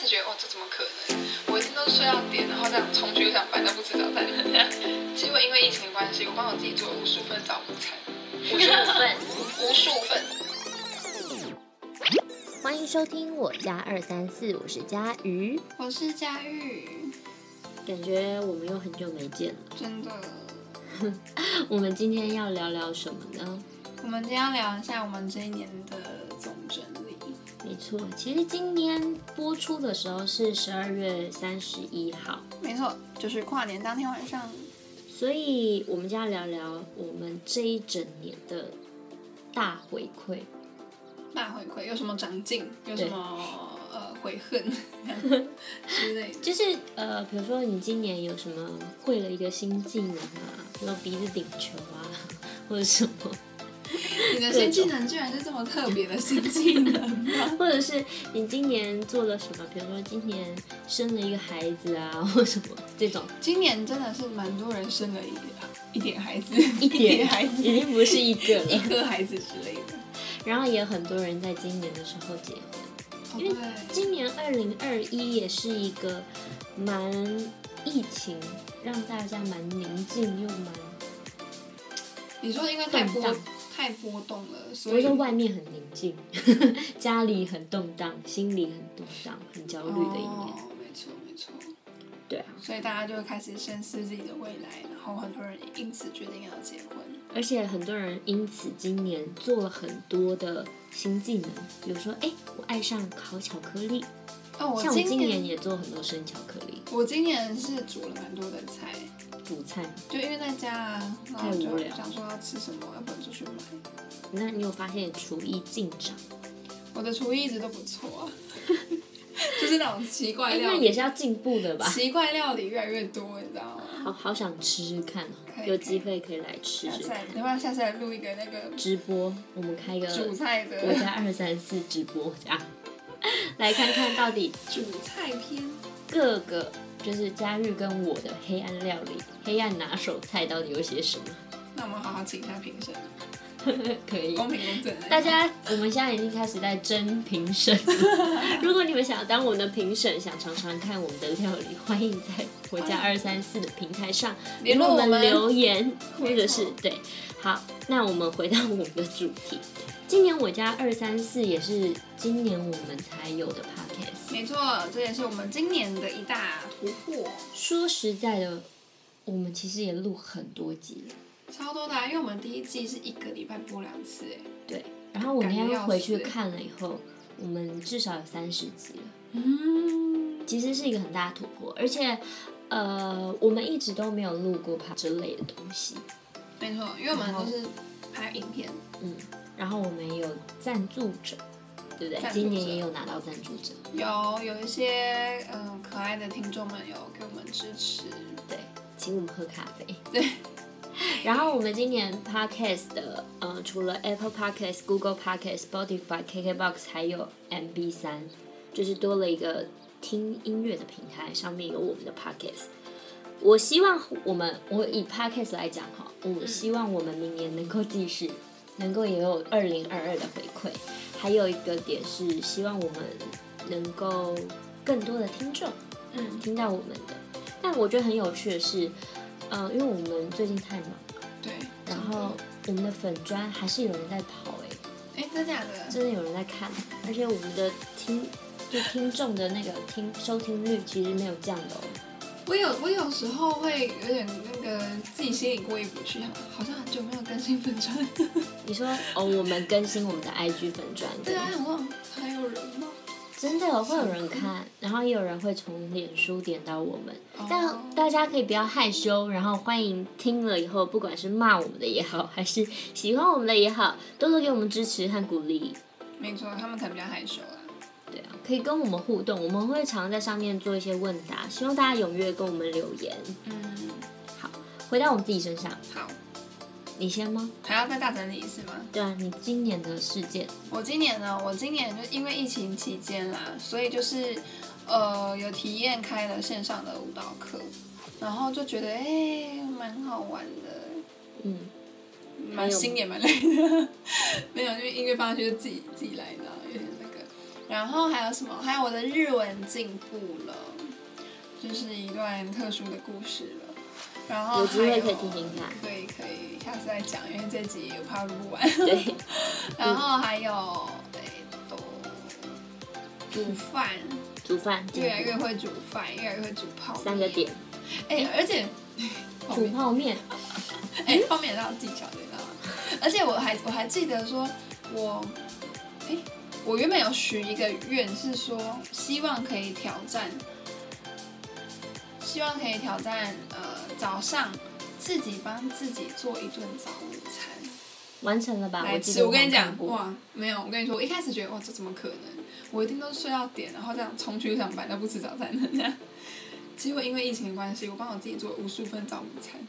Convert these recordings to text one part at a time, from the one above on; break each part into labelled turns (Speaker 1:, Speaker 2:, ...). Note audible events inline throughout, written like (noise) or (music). Speaker 1: 始觉得哦，这怎么可能？我一定都睡到点，然后这样冲去上班，但不吃早餐。 (laughs) 结果因为疫情的关系，我帮我自己做了无数份早午餐，
Speaker 2: 五十五
Speaker 3: (laughs)
Speaker 2: 份。
Speaker 1: 无数份。
Speaker 2: 欢迎收听我家二三四，我是佳瑜。
Speaker 3: 我是佳玉，
Speaker 2: 感觉我们又很久没见了。
Speaker 3: 真的。
Speaker 2: (laughs) 我们今天要聊聊什么呢？
Speaker 3: 我们今天要聊一下我们这一年的总整理。
Speaker 2: 没错，其实今天播出的时候是十二月三十一号，
Speaker 3: 没错，就是跨年当天晚上，
Speaker 2: 所以我们就要聊聊我们这一整年的大回馈。
Speaker 3: 大回馈有什么长进，有什么呃悔恨之类的。
Speaker 2: 就是呃，比如说你今年有什么会了一个新技能啊，然后鼻子顶球啊，或者什么。
Speaker 3: 你的
Speaker 2: 各
Speaker 3: 新技
Speaker 2: 种
Speaker 3: 能居然是这么特别的新技能吗？ (laughs)
Speaker 2: 或者是你今年做了什么？比如说今年生了一个孩子啊， (laughs) 或什么这种，
Speaker 3: 今年真的是蛮多人生了一一点孩子，
Speaker 2: 一点
Speaker 3: 孩子，
Speaker 2: 已经不是一个
Speaker 3: 一 (laughs)
Speaker 2: 了。
Speaker 3: 颗孩子之类的。
Speaker 2: 然后也有很多人在今年的时候结婚。
Speaker 3: 哦，
Speaker 2: 因为
Speaker 3: 对，
Speaker 2: 今年二零二一也是一个蛮疫情让大家蛮宁静又蛮，
Speaker 3: 你说因为太波
Speaker 2: 动荡
Speaker 3: 太波动了，
Speaker 2: 不
Speaker 3: 所
Speaker 2: 会
Speaker 3: 以
Speaker 2: 说外面很宁静， (laughs) 家里很动荡，心里很动荡，很焦虑的一年。
Speaker 3: 哦，没错没错。
Speaker 2: 对啊，
Speaker 3: 所以大家就会开始深思自己的未来，然后很多人因此决定要结婚。
Speaker 2: 而且很多人因此今年做了很多的新技能，比如说，哎，我爱上烤巧克力，
Speaker 3: 哦，我
Speaker 2: 像我今
Speaker 3: 今
Speaker 2: 年也做很多生巧克力，
Speaker 3: 我今年是煮了蛮多的菜，
Speaker 2: 主菜。
Speaker 3: 就因为在家啊，然后
Speaker 2: 太无
Speaker 3: 就
Speaker 2: 聊
Speaker 3: 想说要吃什么，要不然出去买。
Speaker 2: 那你有发现厨艺进展？
Speaker 3: 我的厨艺一直都不错、啊， (laughs) 就是那种奇怪
Speaker 2: 哎，
Speaker 3: 料
Speaker 2: 那
Speaker 3: 理，
Speaker 2: 也是要进步的吧？
Speaker 3: 奇怪料理越来越多，你知道吗？
Speaker 2: 好好想吃吃看
Speaker 3: 可
Speaker 2: 哦，
Speaker 3: 以
Speaker 2: 有机会可以来吃
Speaker 3: 下
Speaker 2: 吃
Speaker 3: 次
Speaker 2: 看
Speaker 3: 来，。要不然下次来录一个那个
Speaker 2: 直播，我们开个
Speaker 3: 煮菜的
Speaker 2: 我家二三四直播这样， (laughs) 来看看到底
Speaker 3: 煮菜篇？
Speaker 2: 各个就是佳玉跟我的黑暗料理、黑暗拿手菜到底有些什么？ (laughs)
Speaker 3: 那我们好好请一下评审，
Speaker 2: 可以。
Speaker 3: 公平公正的。
Speaker 2: 大家，我们现在已经开始在争评审 (laughs) 了。如果你们想要当我们的评审，想尝尝看我们的料理，欢迎在我家二三四的平台上
Speaker 3: 联络我们
Speaker 2: 给留言，或
Speaker 3: 没错
Speaker 2: 者是对。好，那我们回到我们的主题。今年我家二三四也是今年我们才有的 podcast。
Speaker 3: 没错，这也是我们今年的一大突破。
Speaker 2: 说实在的，我们其实也录很多集了，
Speaker 3: 超多的、啊，因为我们第一季是一个礼拜播两次，哎，
Speaker 2: 对。然后我那
Speaker 3: 感觉
Speaker 2: 天
Speaker 3: 要
Speaker 2: 回去
Speaker 3: 死
Speaker 2: 看了以后，我们至少有三十集了。
Speaker 3: 嗯，
Speaker 2: 其实是一个很大的突破，而且，呃，我们一直都没有录过趴之类的东西，
Speaker 3: 没错，因为我们都是拍影片，
Speaker 2: 嗯，然后我们也有赞助者，对不对？
Speaker 3: 赞助者
Speaker 2: 今年也有拿到赞助者，
Speaker 3: 有有一些嗯可爱的听众们有给我们支持，
Speaker 2: 对，请我们喝咖啡。
Speaker 3: 对，
Speaker 2: (laughs) 然后我们今年 podcast 的，呃，除了 Apple Podcast、Google Podcast、Spotify、KKBox，还有 MB 三，就是多了一个听音乐的平台，上面有我们的 podcast。我希望我们，我以 podcast 来讲哈，我希望我们明年能够继续，能够也有二零二二的回馈。还有一个点是，希望我们能够更多的听众，
Speaker 3: 嗯，
Speaker 2: 听到我们的。但我觉得很有趣的是，呃，因为我们最近太忙，
Speaker 3: 对，
Speaker 2: 然后我们的粉砖还是有人在跑、欸，
Speaker 3: 哎，真假的，
Speaker 2: 真的有人在看，而且我们的听就听众的那个听收听率其实没有降的、哦，
Speaker 3: 我有我有时候会有点那个自己心里过意不去，好像很久没有更新粉砖，
Speaker 2: 你说哦，我们更新我们的 IG 粉砖，
Speaker 3: 对啊，想说还有人吗？
Speaker 2: 真的哦有会有人看，然后也有人会从脸书点到我们，但
Speaker 3: 哦
Speaker 2: 大家可以不要害羞，然后欢迎听了以后，不管是骂我们的也好，还是喜欢我们的也好，多多给我们支持和鼓励。
Speaker 3: 没错，他们可能比较害羞啊，
Speaker 2: 对啊，可以跟我们互动，我们会常在上面做一些问答，希望大家踊跃跟我们留言。
Speaker 3: 嗯，
Speaker 2: 好，回到我们自己身上，
Speaker 3: 好，
Speaker 2: 你先吗？
Speaker 3: 还要再大整理一次吗？
Speaker 2: 对啊，你今年的事件，
Speaker 3: 我今年呢，我今年就因为疫情期间啦，所以就是呃有体验开了线上的舞蹈课，然后就觉得哎、蛮好玩的，
Speaker 2: 嗯，
Speaker 3: (laughs) 蛮心也蛮累的，没有，因为音乐放上去就自己自己来的，有点那个。然后还有什么？还有我的日文进步了，就是一段特殊的故事了。然后
Speaker 2: 有机会
Speaker 3: 还
Speaker 2: 可以听听看
Speaker 3: 可以可以，下次再讲，因为这集我怕录不完。
Speaker 2: 对，
Speaker 3: 然后还有哎，都煮饭，
Speaker 2: 煮饭
Speaker 3: 越来越会煮饭，越来越会煮泡面。
Speaker 2: 三个点，
Speaker 3: 哎，而且泡
Speaker 2: 煮
Speaker 3: 面
Speaker 2: 泡面，
Speaker 3: 哎，泡面也要技巧，对吧？而且我还我还记得说，我哎，我原本有许一个愿是说，希望可以挑战，希望可以挑战呃早上自己帮自己做一顿早午餐。
Speaker 2: 完成了吧？
Speaker 3: 来
Speaker 2: 记
Speaker 3: 吃。
Speaker 2: 得
Speaker 3: 我跟你
Speaker 2: 有看
Speaker 3: 讲，
Speaker 2: 过
Speaker 3: 哇，没有，我跟你说，我一开始觉得哇，这怎么可能？我一定都是睡到点，然后这样冲去上班，都不吃早餐的这样。结果因为疫情的关系，我帮我自己做了无数份早午餐，。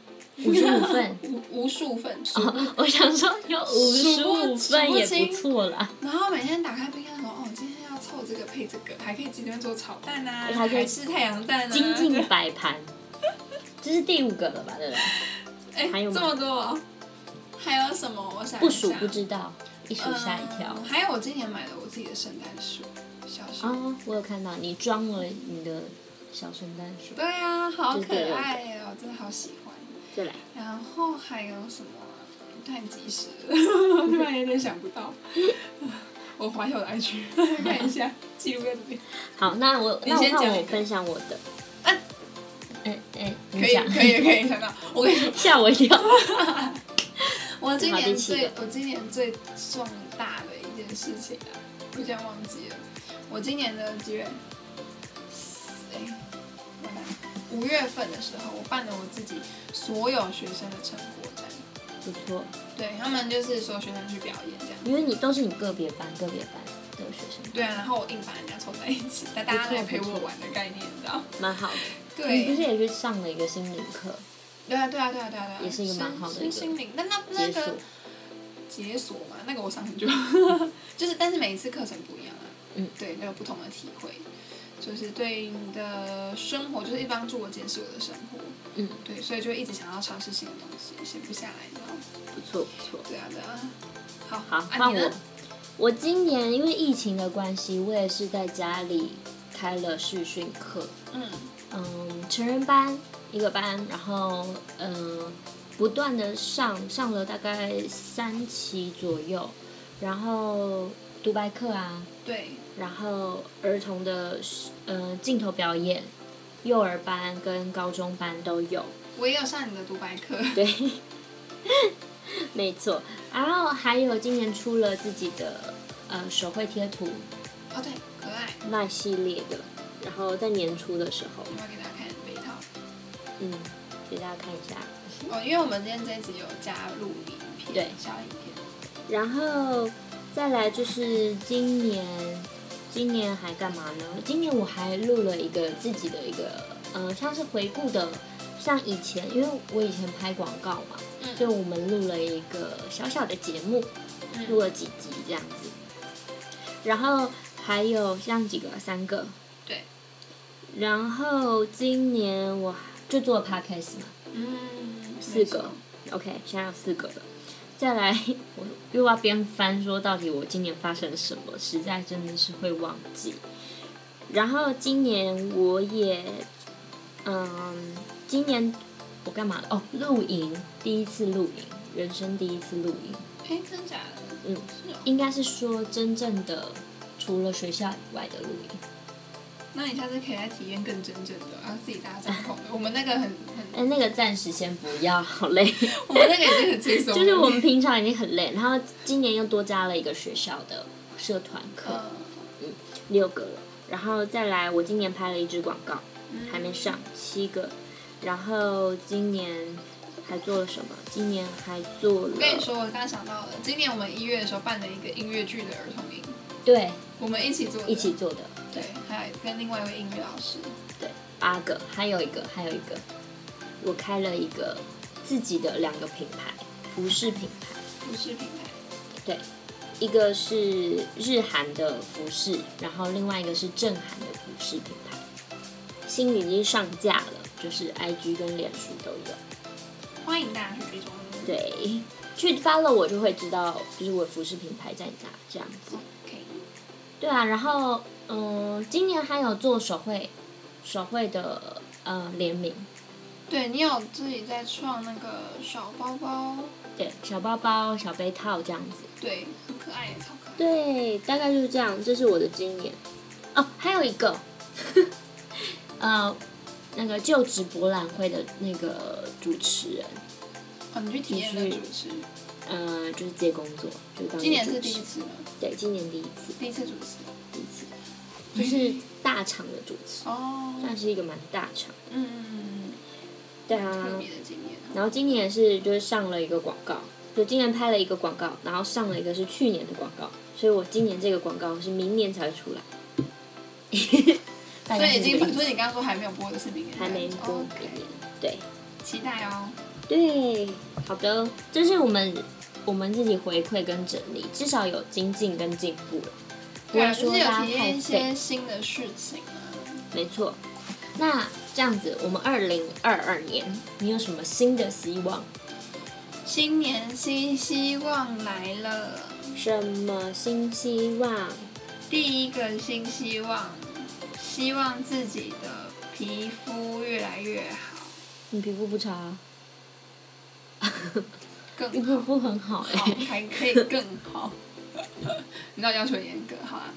Speaker 2: 五十五份
Speaker 3: 无无数份，数不
Speaker 2: (laughs) 我想说有五十五份也不错啦，
Speaker 3: 然后每天打开冰箱说，哦，今天要凑这个配这个，还可以今天做炒蛋啊，
Speaker 2: 还可以
Speaker 3: 还是太阳蛋啊，
Speaker 2: 精进摆盘，这是第五个了吧？对吧？
Speaker 3: 哎，
Speaker 2: 还有吗
Speaker 3: 这么多哦，还有什么？我想
Speaker 2: 不
Speaker 3: 一下
Speaker 2: 数不知道，一数吓一跳。
Speaker 3: 嗯还有我今年买了我自己的圣诞树，小树。
Speaker 2: 啊，我有看到你装了你的小圣诞树。
Speaker 3: 对啊，好
Speaker 2: 就是这
Speaker 3: 可
Speaker 2: 个
Speaker 3: 爱呀、我真的好喜欢。
Speaker 2: 再来，
Speaker 3: 然后还有什么啊？太及 (laughs) 时了，突然有点想不到。我滑下我的 (laughs) IG 看一下记录在这边。
Speaker 2: 好，那我
Speaker 3: 你
Speaker 2: 那我
Speaker 3: 先讲
Speaker 2: 看
Speaker 3: 一
Speaker 2: 我
Speaker 3: 个
Speaker 2: 分享我的。
Speaker 3: 啊
Speaker 2: 哎哎，你
Speaker 3: 可以
Speaker 2: 讲，
Speaker 3: 可以可以想到，我跟你说，
Speaker 2: 吓我一跳。
Speaker 3: (laughs) 我今
Speaker 2: 好第
Speaker 3: 年
Speaker 2: 七
Speaker 3: 最
Speaker 2: 个
Speaker 3: 我今年最重大的一件事情啊，我竟然忘记了。我今年的几月？哎，我来五月份的时候，我办了我自己所有学生的成果展，
Speaker 2: 不错，
Speaker 3: 对他们就是所有学生去表演这样。
Speaker 2: 因为你都是你个别班个别班的学生，
Speaker 3: 对啊，然后我硬把人家凑在一起，带大家来陪我玩的概念，你知道？
Speaker 2: 蛮好的。你嗯不是
Speaker 3: 对，
Speaker 2: 也去上了一个心灵课，
Speaker 3: 对啊，对啊，对啊，对啊，对啊，
Speaker 2: 也是一个蛮好的
Speaker 3: 身
Speaker 2: 一个
Speaker 3: 身心灵，那那那
Speaker 2: 解锁
Speaker 3: 个？解锁嘛，那个我上很
Speaker 2: (laughs)
Speaker 3: 久，就是但是每一次课程不一样啊，
Speaker 2: 嗯，
Speaker 3: 对，都有不同的体会，就是对你的生活，就是一帮助我检视我的生活，
Speaker 2: 嗯，
Speaker 3: 对，所以就一直想要尝试新的东西，闲不下来，你知道吗？
Speaker 2: 不错不错。
Speaker 3: 对啊，对啊，好，
Speaker 2: 好，
Speaker 3: 啊，
Speaker 2: 换
Speaker 3: 你
Speaker 2: 我
Speaker 3: 呢？。
Speaker 2: 我今年因为疫情的关系，我也是在家里开了视讯课，
Speaker 3: 嗯
Speaker 2: 嗯，成人班一个班，然后嗯，不断的上，上了大概三期左右，然后独白课啊，
Speaker 3: 对，
Speaker 2: 然后儿童的呃镜头表演，幼儿班跟高中班都有，
Speaker 3: 我也有上你的独白课，
Speaker 2: 对，没错。然后还有今年出了自己的呃手绘贴图
Speaker 3: 哦对，可爱，
Speaker 2: 那系列的，然后在年初的时候，
Speaker 3: 我要给大家看每一套。
Speaker 2: 嗯，给大家看一下。
Speaker 3: 哦，因为我们今天这一集有加入影片，
Speaker 2: 对
Speaker 3: 小影片，
Speaker 2: 然后再来就是今年，今年还干嘛呢？今年我还录了一个自己的一个，呃，像是回顾的，像以前，因为我以前拍广告嘛，
Speaker 3: 嗯
Speaker 2: 所以我们录了一个小小的节目，
Speaker 3: 嗯
Speaker 2: 录了几集这样子。然后还有像几个，三个。
Speaker 3: 对。
Speaker 2: 然后今年我就做 podcast 嘛，
Speaker 3: 嗯，
Speaker 2: 四个，OK，现在有四个了。再来，我又要边翻说到底我今年发生了什么，实在真的是会忘记。然后今年我也，嗯，今年我干嘛了？哦，露营，第一次露营，人生第一次露营，
Speaker 3: 哎，真假的？
Speaker 2: 嗯
Speaker 3: 是哦。
Speaker 2: 应该是说真正的除了学校以外的露营。
Speaker 3: 那你下次可以来体验更真正的，然后自己搭帐篷的。我们那个很很，
Speaker 2: 哎，那个暂时先不要，好累。
Speaker 3: 我们那个已经很轻松了。
Speaker 2: 就是我们平常已经很累，然后今年又多加了一个学校的社团课。
Speaker 3: 呃，
Speaker 2: 六个了，然后再来，我今年拍了一支广告，
Speaker 3: 嗯
Speaker 2: 还没上七个，然后今年还做了什么？今年还做了
Speaker 3: 我，跟你说，我刚刚想到了，今年我们一月的时候办了一个音乐剧的儿童营，
Speaker 2: 对，
Speaker 3: 我们一起做的，
Speaker 2: 一起做的，
Speaker 3: 对，还有跟另外一位音乐老师，
Speaker 2: 对，八个，还有一个，还有一个，我开了一个自己的两个品牌，服饰品牌，
Speaker 3: 服饰品牌，
Speaker 2: 对，一个是日韩的服饰，然后另外一个是正韩的服饰品牌，新已经上架了，就是 IG 跟脸书都有。
Speaker 3: 欢迎大家去追踪。
Speaker 2: 对，去 follow 我就会知道，就是我服饰品牌在哪这样子。
Speaker 3: ，OK，
Speaker 2: 对啊，然后嗯，今年还有做手绘，手绘的呃联名，
Speaker 3: 对你有自己在创那个小包包，
Speaker 2: 对，小包包、小杯套这样子。
Speaker 3: 对，很可爱，超可爱。
Speaker 2: 对，大概就是这样。这是我的今年。哦，还有一个， (laughs) 呃，那个就职博览会的那个主持人，
Speaker 3: 哦，你去体验的主持，
Speaker 2: 呃，就是接工作，就当
Speaker 3: 今年是
Speaker 2: 主
Speaker 3: 第
Speaker 2: 持
Speaker 3: 一次吗？
Speaker 2: 对，今年第一次，
Speaker 3: 第一次主持。
Speaker 2: 第一次，就是大厂的主持，
Speaker 3: 哦，
Speaker 2: 算是一个蛮大厂。
Speaker 3: 嗯嗯嗯
Speaker 2: 对
Speaker 3: 嗯，特
Speaker 2: 啊，
Speaker 3: 别的经验。
Speaker 2: 然后今年是就是上了一个广告，就今年拍了一个广告，然后上了一个是去年的广告，所以我今年这个广告是明年才会
Speaker 3: (laughs)
Speaker 2: 出来。大
Speaker 3: 所以
Speaker 2: 概是
Speaker 3: 已
Speaker 2: 这
Speaker 3: 经，
Speaker 2: 个意
Speaker 3: 所以
Speaker 2: 思
Speaker 3: 你刚刚说还没有播的是明年的，
Speaker 2: 还没播
Speaker 3: 哦
Speaker 2: 明年，对
Speaker 3: 期待哦。
Speaker 2: 对，好的，这是我们我们自己回馈跟整理，至少有精进跟进步了，不
Speaker 3: 对啊，
Speaker 2: 会
Speaker 3: 就
Speaker 2: 说
Speaker 3: 是有
Speaker 2: 大家
Speaker 3: 体验
Speaker 2: 太
Speaker 3: 一
Speaker 2: 废
Speaker 3: 些，新的事情啊。
Speaker 2: 没错。那这样子，我们二零二二年，你有什么新的希望？
Speaker 3: 新年新希望来了，
Speaker 2: 什么新希望？
Speaker 3: 第一个新希望，希望自己的皮肤越来越好，
Speaker 2: 你皮肤不差、啊，你
Speaker 3: 更
Speaker 2: 皮肤很好哎、
Speaker 3: 好，还可以更好。你知道要求严格，好啊。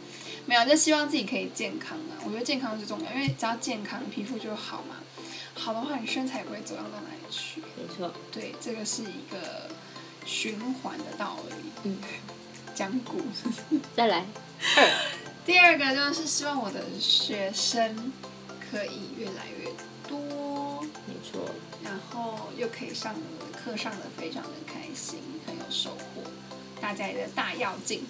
Speaker 3: 没有，就希望自己可以健康啊。我觉得健康是重要，因为只要健康，皮肤就好嘛。好的话，你身材也不会走样到哪里去。
Speaker 2: 没错，
Speaker 3: 对，这个是一个循环的道理。
Speaker 2: 嗯，
Speaker 3: 讲古。
Speaker 2: 再来，
Speaker 3: 第二个就是希望我的学生可以越来越多，
Speaker 2: 没错，
Speaker 3: 然后又可以上我的课上的非常的开心，很有收获，大家也大要进，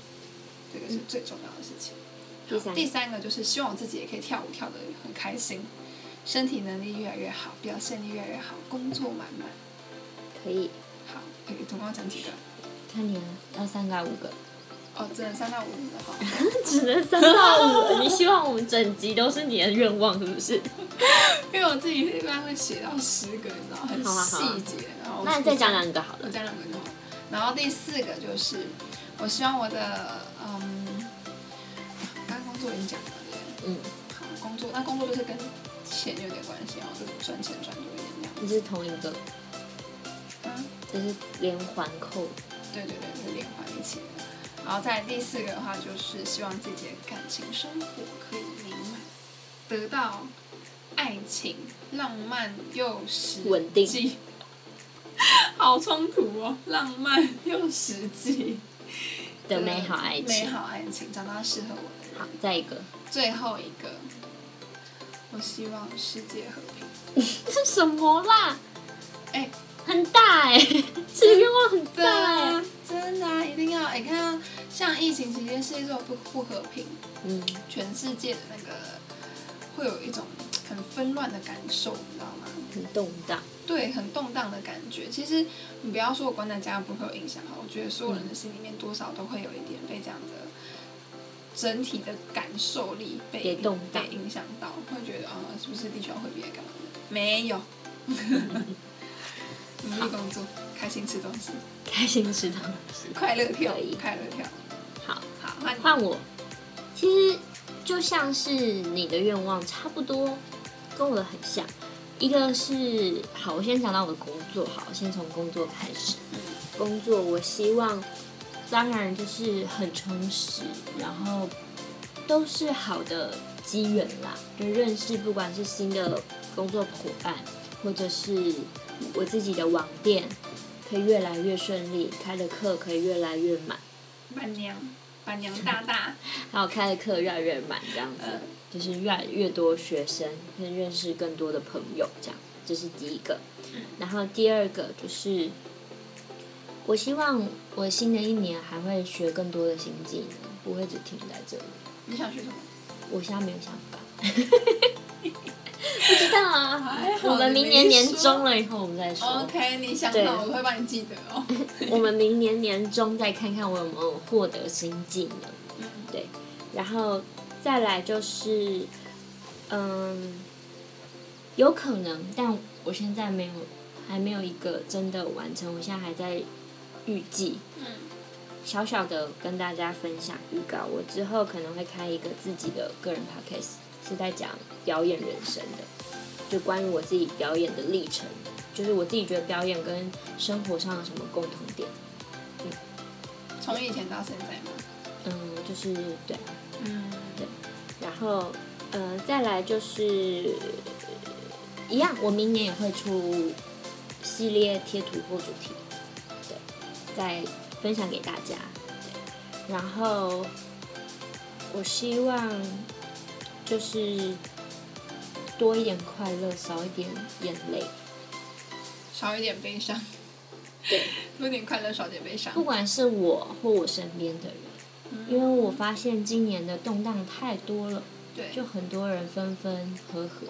Speaker 3: 这个是最重要的事情。
Speaker 2: 嗯第三
Speaker 3: 第三个就是希望我自己也可以跳舞跳得很开心，身体能力越来越好，表现力越来越好，工作满满。
Speaker 2: 可以，
Speaker 3: 好，诶总共要讲几个？
Speaker 2: 看你啊，要三个还是五个？
Speaker 3: 哦，只能三到五个哈。
Speaker 2: 只能三到五，你希望我们整集都是你的愿望是不是？
Speaker 3: 因为我自己一般会写到十个，你知道，很
Speaker 2: 好啊好啊
Speaker 3: 细节。然后我
Speaker 2: 那你再讲两个好
Speaker 3: 我
Speaker 2: 了，
Speaker 3: 讲两个就好。然后第四个就是，我希望我的嗯，刚刚工作已经讲了，对不
Speaker 2: 嗯，
Speaker 3: 对好，工作那工作就是跟钱有点关系，然后就是赚钱赚多一点这样。
Speaker 2: 这是同一个，
Speaker 3: 嗯，
Speaker 2: 这是连环扣，
Speaker 3: 对对对，就是连环一起的。然后再来第四个的话，就是希望自己的感情生活可以美满，得到爱情浪漫又实际 (laughs)
Speaker 2: 稳定，
Speaker 3: 好冲突哦，浪漫又实际。
Speaker 2: 的美好爱
Speaker 3: 美
Speaker 2: 情。
Speaker 3: 好爱情，找到适合我的人。
Speaker 2: 好，再一个，
Speaker 3: 最后一个，我希望世界和平。
Speaker 2: 这什么啦？
Speaker 3: 哎
Speaker 2: 很大 (laughs) 哎、这个愿望很
Speaker 3: 对
Speaker 2: 大哎、
Speaker 3: 啊，真的啊，一定要哎，看啊像疫情期间世界这种不不和平，
Speaker 2: 嗯，
Speaker 3: 全世界的那个会有一种很纷乱的感受，你知道吗？
Speaker 2: 很动荡，
Speaker 3: 对，很动荡的感觉。其实你不要说我关在家不会有影响哈，啊我觉得所有人的心里面多少都会有一点被这样的整体的感受力被
Speaker 2: 也动荡
Speaker 3: 被影响到，会觉得啊、是不是地球要毁灭干嘛的？没有， (laughs) 努力工作，开心吃东西，
Speaker 2: 开心吃东西。
Speaker 3: 快乐跳
Speaker 2: 可以，
Speaker 3: 快乐跳。
Speaker 2: 好，
Speaker 3: 好，那你
Speaker 2: 换我。其实就像是你的愿望差不多，跟我的很像。一个是好，我先讲到我的工作，好，先从工作开始。工作我希望，当然就是很充实，然后都是好的机缘啦，就认识不管是新的工作伙伴，或者是我自己的网店，可以越来越顺利，开的课可以越来越满。
Speaker 3: 伴娘，伴娘大大，
Speaker 2: 还有开的课越来越满，这样子，就是越来越多学生，跟认识更多的朋友，这样，这是第一个。然后第二个就是，我希望我新的一年还会学更多的新技能，不会只停在这里。
Speaker 3: 你想学什么？
Speaker 2: 我现在没有想法，不知道 (laughs) 啊。
Speaker 3: 还好哦
Speaker 2: 我们
Speaker 3: 你
Speaker 2: 明年
Speaker 3: 没
Speaker 2: 年
Speaker 3: 说
Speaker 2: 中了以后，我们再说。
Speaker 3: OK，你想
Speaker 2: 对
Speaker 3: 好，我会帮你记得
Speaker 2: (laughs)
Speaker 3: 哦。
Speaker 2: 我们明年年中再看看我有没有获得新技能。
Speaker 3: 嗯
Speaker 2: 对，然后再来就是，嗯，有可能，但我现在没有，还没有一个真的完成，我现在还在预计，
Speaker 3: 嗯，
Speaker 2: 小小的跟大家分享预告，我之后可能会开一个自己的个人 podcast，是在讲表演人生的，就关于我自己表演的历程，就是我自己觉得表演跟生活上有什么共同点，
Speaker 3: 从以前到现在嘛。
Speaker 2: 嗯，就是对，
Speaker 3: 嗯，
Speaker 2: 然后，呃，再来就是呃一样，我明年也会出系列贴图或主题，对，再分享给大家。对，然后我希望就是多一点快乐，少一点眼泪。
Speaker 3: 少一点悲伤，
Speaker 2: 对，
Speaker 3: 多点快乐，少点悲伤
Speaker 2: 不。管是我或我身边的人，因为我发现今年的动荡太多了。
Speaker 3: 对，
Speaker 2: 就很多人分分合合，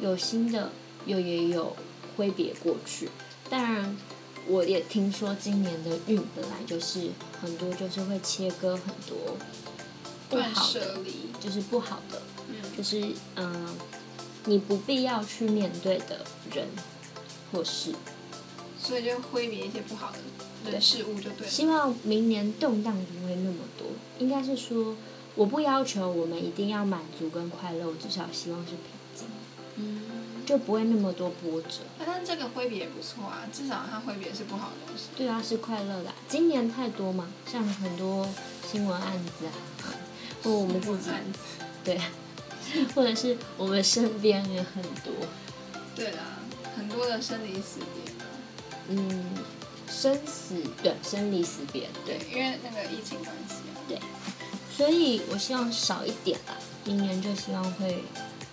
Speaker 2: 有新的，有也有挥别过去。当然，我也听说今年的运本来就是很多，就是会切割很多不
Speaker 3: 断
Speaker 2: 好
Speaker 3: 舍
Speaker 2: 的，
Speaker 3: 离。
Speaker 2: 就是不好的，
Speaker 3: 嗯，
Speaker 2: 就是嗯、呃你不必要去面对的人或事。
Speaker 3: 所以就挥别一些不好的人事物就对了。
Speaker 2: 希望明年动荡不会那么多，应该是说，我不要求我们一定要满足跟快乐，我至少希望是平静。
Speaker 3: 嗯，
Speaker 2: 就不会那么多波折。
Speaker 3: 啊但这个挥别也不错啊，至少它挥别是不好的东西。
Speaker 2: 对啊，是快乐的啊、今年太多嘛，像很多新闻案子 (laughs) 啊，或我们自己
Speaker 3: 案子。
Speaker 2: (laughs) 对啊，或者是我们身边也很多，
Speaker 3: 对啦，很多的生离死别嘛。
Speaker 2: 嗯，生死对，生离死别对
Speaker 3: 对，，因为那个疫情关系啊。
Speaker 2: 所以我希望少一点啦，明年就希望会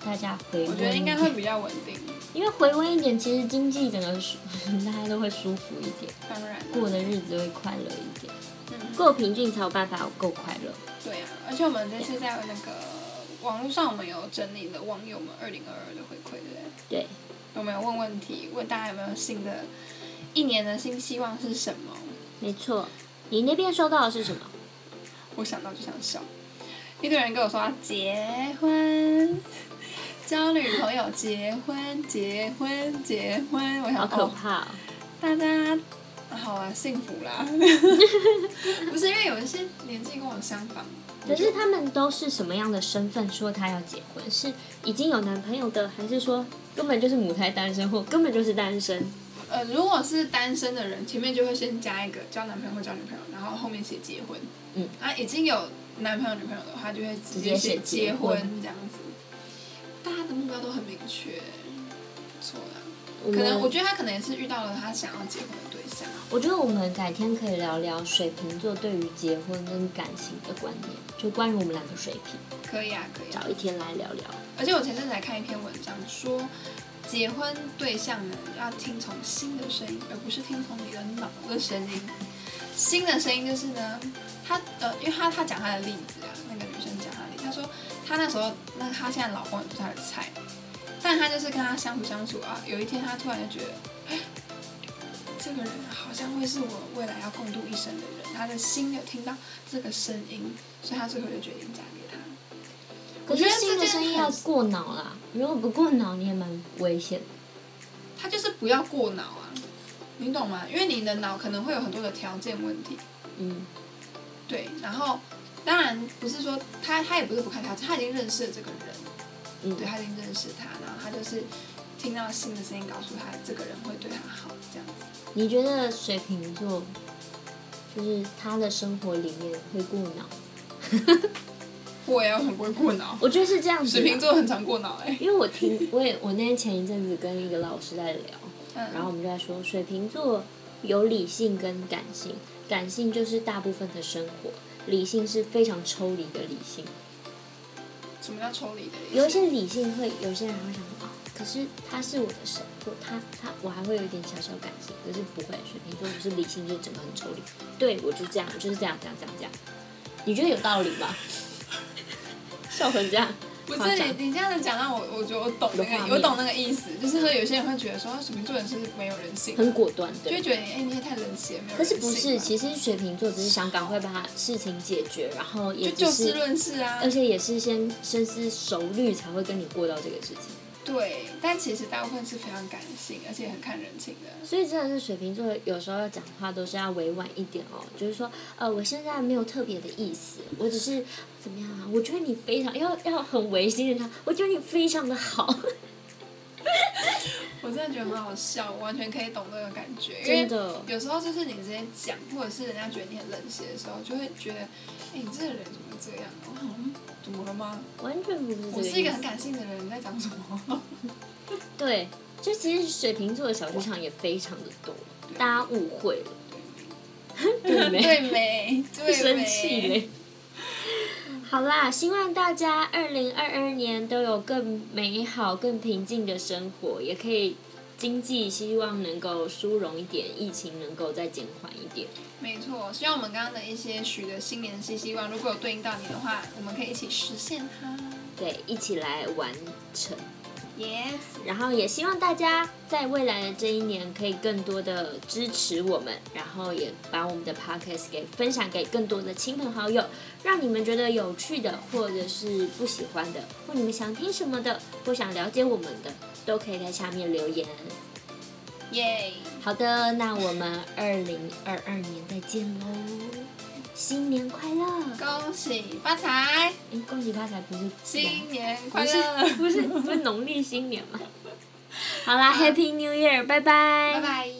Speaker 2: 大家回温，
Speaker 3: 我觉得应该会，比较稳定。
Speaker 2: 因为回温一点，其实经济整个舒 (laughs) 大家都会舒服一点，
Speaker 3: 当然啊。
Speaker 2: 过的日子会快乐一点，
Speaker 3: 嗯
Speaker 2: 够平静才有办法够快乐。
Speaker 3: 对啊，而且我们这次在那个网络上，我们有整理了网友们二零二二的回馈，对不对？
Speaker 2: 对，
Speaker 3: 我们有问问题，问大家有没有新的一年的新希望是什么？
Speaker 2: 没错，你那边收到的是什么？
Speaker 3: 我想到就想笑。一堆人跟我说要结婚，交女朋友，结婚，结婚，结婚。我
Speaker 2: 好
Speaker 3: 想
Speaker 2: 可
Speaker 3: 哦，
Speaker 2: 怕、哦！
Speaker 3: 大家好啊，幸福啦。 (laughs) 不是因为有一些年纪跟我相仿，
Speaker 2: 可是他们都是什么样的身份说他要结婚？是已经有男朋友的，还是说根本就是母胎单身，或根本就是单身？
Speaker 3: 呃，如果是单身的人，前面就会先加一个交男朋友或交女朋友，然后后面写结婚。
Speaker 2: 嗯。
Speaker 3: 啊，已经有男朋友女朋友的话，就会直接写
Speaker 2: 直接写
Speaker 3: 结
Speaker 2: 结婚
Speaker 3: 这样子。
Speaker 2: 嗯
Speaker 3: 大家的目标都很明确，不错啦。
Speaker 2: 我
Speaker 3: 可能我
Speaker 2: 们
Speaker 3: 觉得他可能也是遇到了他想要结婚的对象。
Speaker 2: 我觉得我们改天可以聊聊水瓶座对于结婚跟感情的观念，就关于我们两个水瓶，
Speaker 3: 可以啊，可以啊。
Speaker 2: 找一天来聊聊。
Speaker 3: 而且我前阵子还看一篇文章说，结婚对象呢要听从心的声音，而不是听从你的脑的声音。心的声音就是呢，她呃，因为她她讲她的例子啊，那个女生讲她的例子，她说她那时候那她现在老公也不是她的菜，但她就是跟她相处相处啊，有一天她突然就觉得，哎这个人好像会是我未来要共度一生的人，她的心有听到这个声音，所以她最后就决定嫁给他。
Speaker 2: 可
Speaker 3: 我觉
Speaker 2: 是
Speaker 3: 得
Speaker 2: 新
Speaker 3: 这
Speaker 2: 的
Speaker 3: 件
Speaker 2: 声音
Speaker 3: 很
Speaker 2: 要过脑啦，如果不过脑，你也蛮危险的。
Speaker 3: 他就是不要过脑啊，你懂吗？因为你的脑可能会有很多的条件问题，
Speaker 2: 嗯，
Speaker 3: 对，然后当然不是说他他也不是不看条件，他已经认识了这个人，
Speaker 2: 嗯
Speaker 3: 对他已经认识他，然后他就是听到新的声音告诉他这个人会对他好这样子。
Speaker 2: 你觉得水瓶座就是他的生活里面会过脑？
Speaker 3: (laughs) 我也很不会过脑，
Speaker 2: 我觉得是这样子
Speaker 3: 水
Speaker 2: 的，
Speaker 3: 瓶座很常过脑哎、
Speaker 2: 因为我听 (laughs) 我也我那天前一阵子跟一个老师在聊，
Speaker 3: 嗯，
Speaker 2: 然后我们就在说水瓶座有理性跟感性，感性就是大部分的生活，理性是非常抽离的理性。
Speaker 3: 什么叫抽离的意思？
Speaker 2: 有一些理性会，有些人会想说哦，可是他是我的神，或他他我还会有一点小小感性，可是不会，水瓶座就是理性就是整个很抽离，对我就这样，我就是这样这样这样这样，你觉得有道理吗？笑成这样，
Speaker 3: 不
Speaker 2: 夸
Speaker 3: 是
Speaker 2: 张
Speaker 3: 你，你这样子讲让我，我觉得我懂那
Speaker 2: 有画
Speaker 3: 个，
Speaker 2: 面
Speaker 3: 我懂那个意思，就是说有些人会觉得说啊水瓶座人是没有人性的，
Speaker 2: 很果断，
Speaker 3: 就会
Speaker 2: 对。
Speaker 3: 觉得哎、你也太冷血，没有人性吧。
Speaker 2: 可是不是，其实水瓶座只是想赶快把事情解决，然后也
Speaker 3: 就就
Speaker 2: 只，
Speaker 3: 是事论事啊
Speaker 2: 而。且也是先深思熟虑才会跟你过到这个事情。
Speaker 3: 对，但其实大部分是非常感性，而且很看人情的。
Speaker 2: 所以真的是水瓶座，有时候讲话都是要委婉一点哦，就是说，呃，我现在没有特别的意思，我只是怎么样啊？我觉得你非常要要很违心的他，我觉得你非常的好， (laughs)
Speaker 3: 我真的觉得很好笑，我完全可以懂这个感觉。因
Speaker 2: 真
Speaker 3: 为
Speaker 2: 的。
Speaker 3: 有时候就是你直接讲，或者是人家觉得你很冷血的时候，就会觉得，哎、你这个人怎么会这样？我想嗯怎么了吗？
Speaker 2: 完全不是这
Speaker 3: 我
Speaker 2: 个
Speaker 3: 是一
Speaker 2: 意
Speaker 3: 个
Speaker 2: 思
Speaker 3: 很感性的人，你在讲什么？ (laughs)
Speaker 2: 对，就其实水瓶座的小剧场也非常的多，大家误会了， (laughs) 对没？
Speaker 3: 对没？对
Speaker 2: 生
Speaker 3: 没
Speaker 2: 气嘞。 (laughs) 好啦，希望大家二零二二年都有更美好、更平静的生活，也可以经济希望能够殊荣一点，疫情能够再减缓一点。
Speaker 3: 没错，希望我们刚刚的一些许的新年新希望，如果有对应到你的话，我们可以一起实现它。
Speaker 2: 对，一起来完成。
Speaker 3: Yes，
Speaker 2: 然后也希望大家在未来的这一年可以更多的支持我们，然后也把我们的 podcast 给分享给更多的亲朋好友，让你们觉得有趣的，或者是不喜欢的，或你们想听什么的，或想了解我们的，都可以在下面留言。
Speaker 3: 耶！
Speaker 2: 好的，那我们二零二二年再见喽，新年快乐！
Speaker 3: 恭喜发财，
Speaker 2: 哎，恭喜发财不是
Speaker 3: 新年
Speaker 2: 不
Speaker 3: 快
Speaker 2: 是
Speaker 3: 乐，
Speaker 2: 不是不是农历新年吗？好啦，Happy New Year，拜拜，
Speaker 3: 拜拜。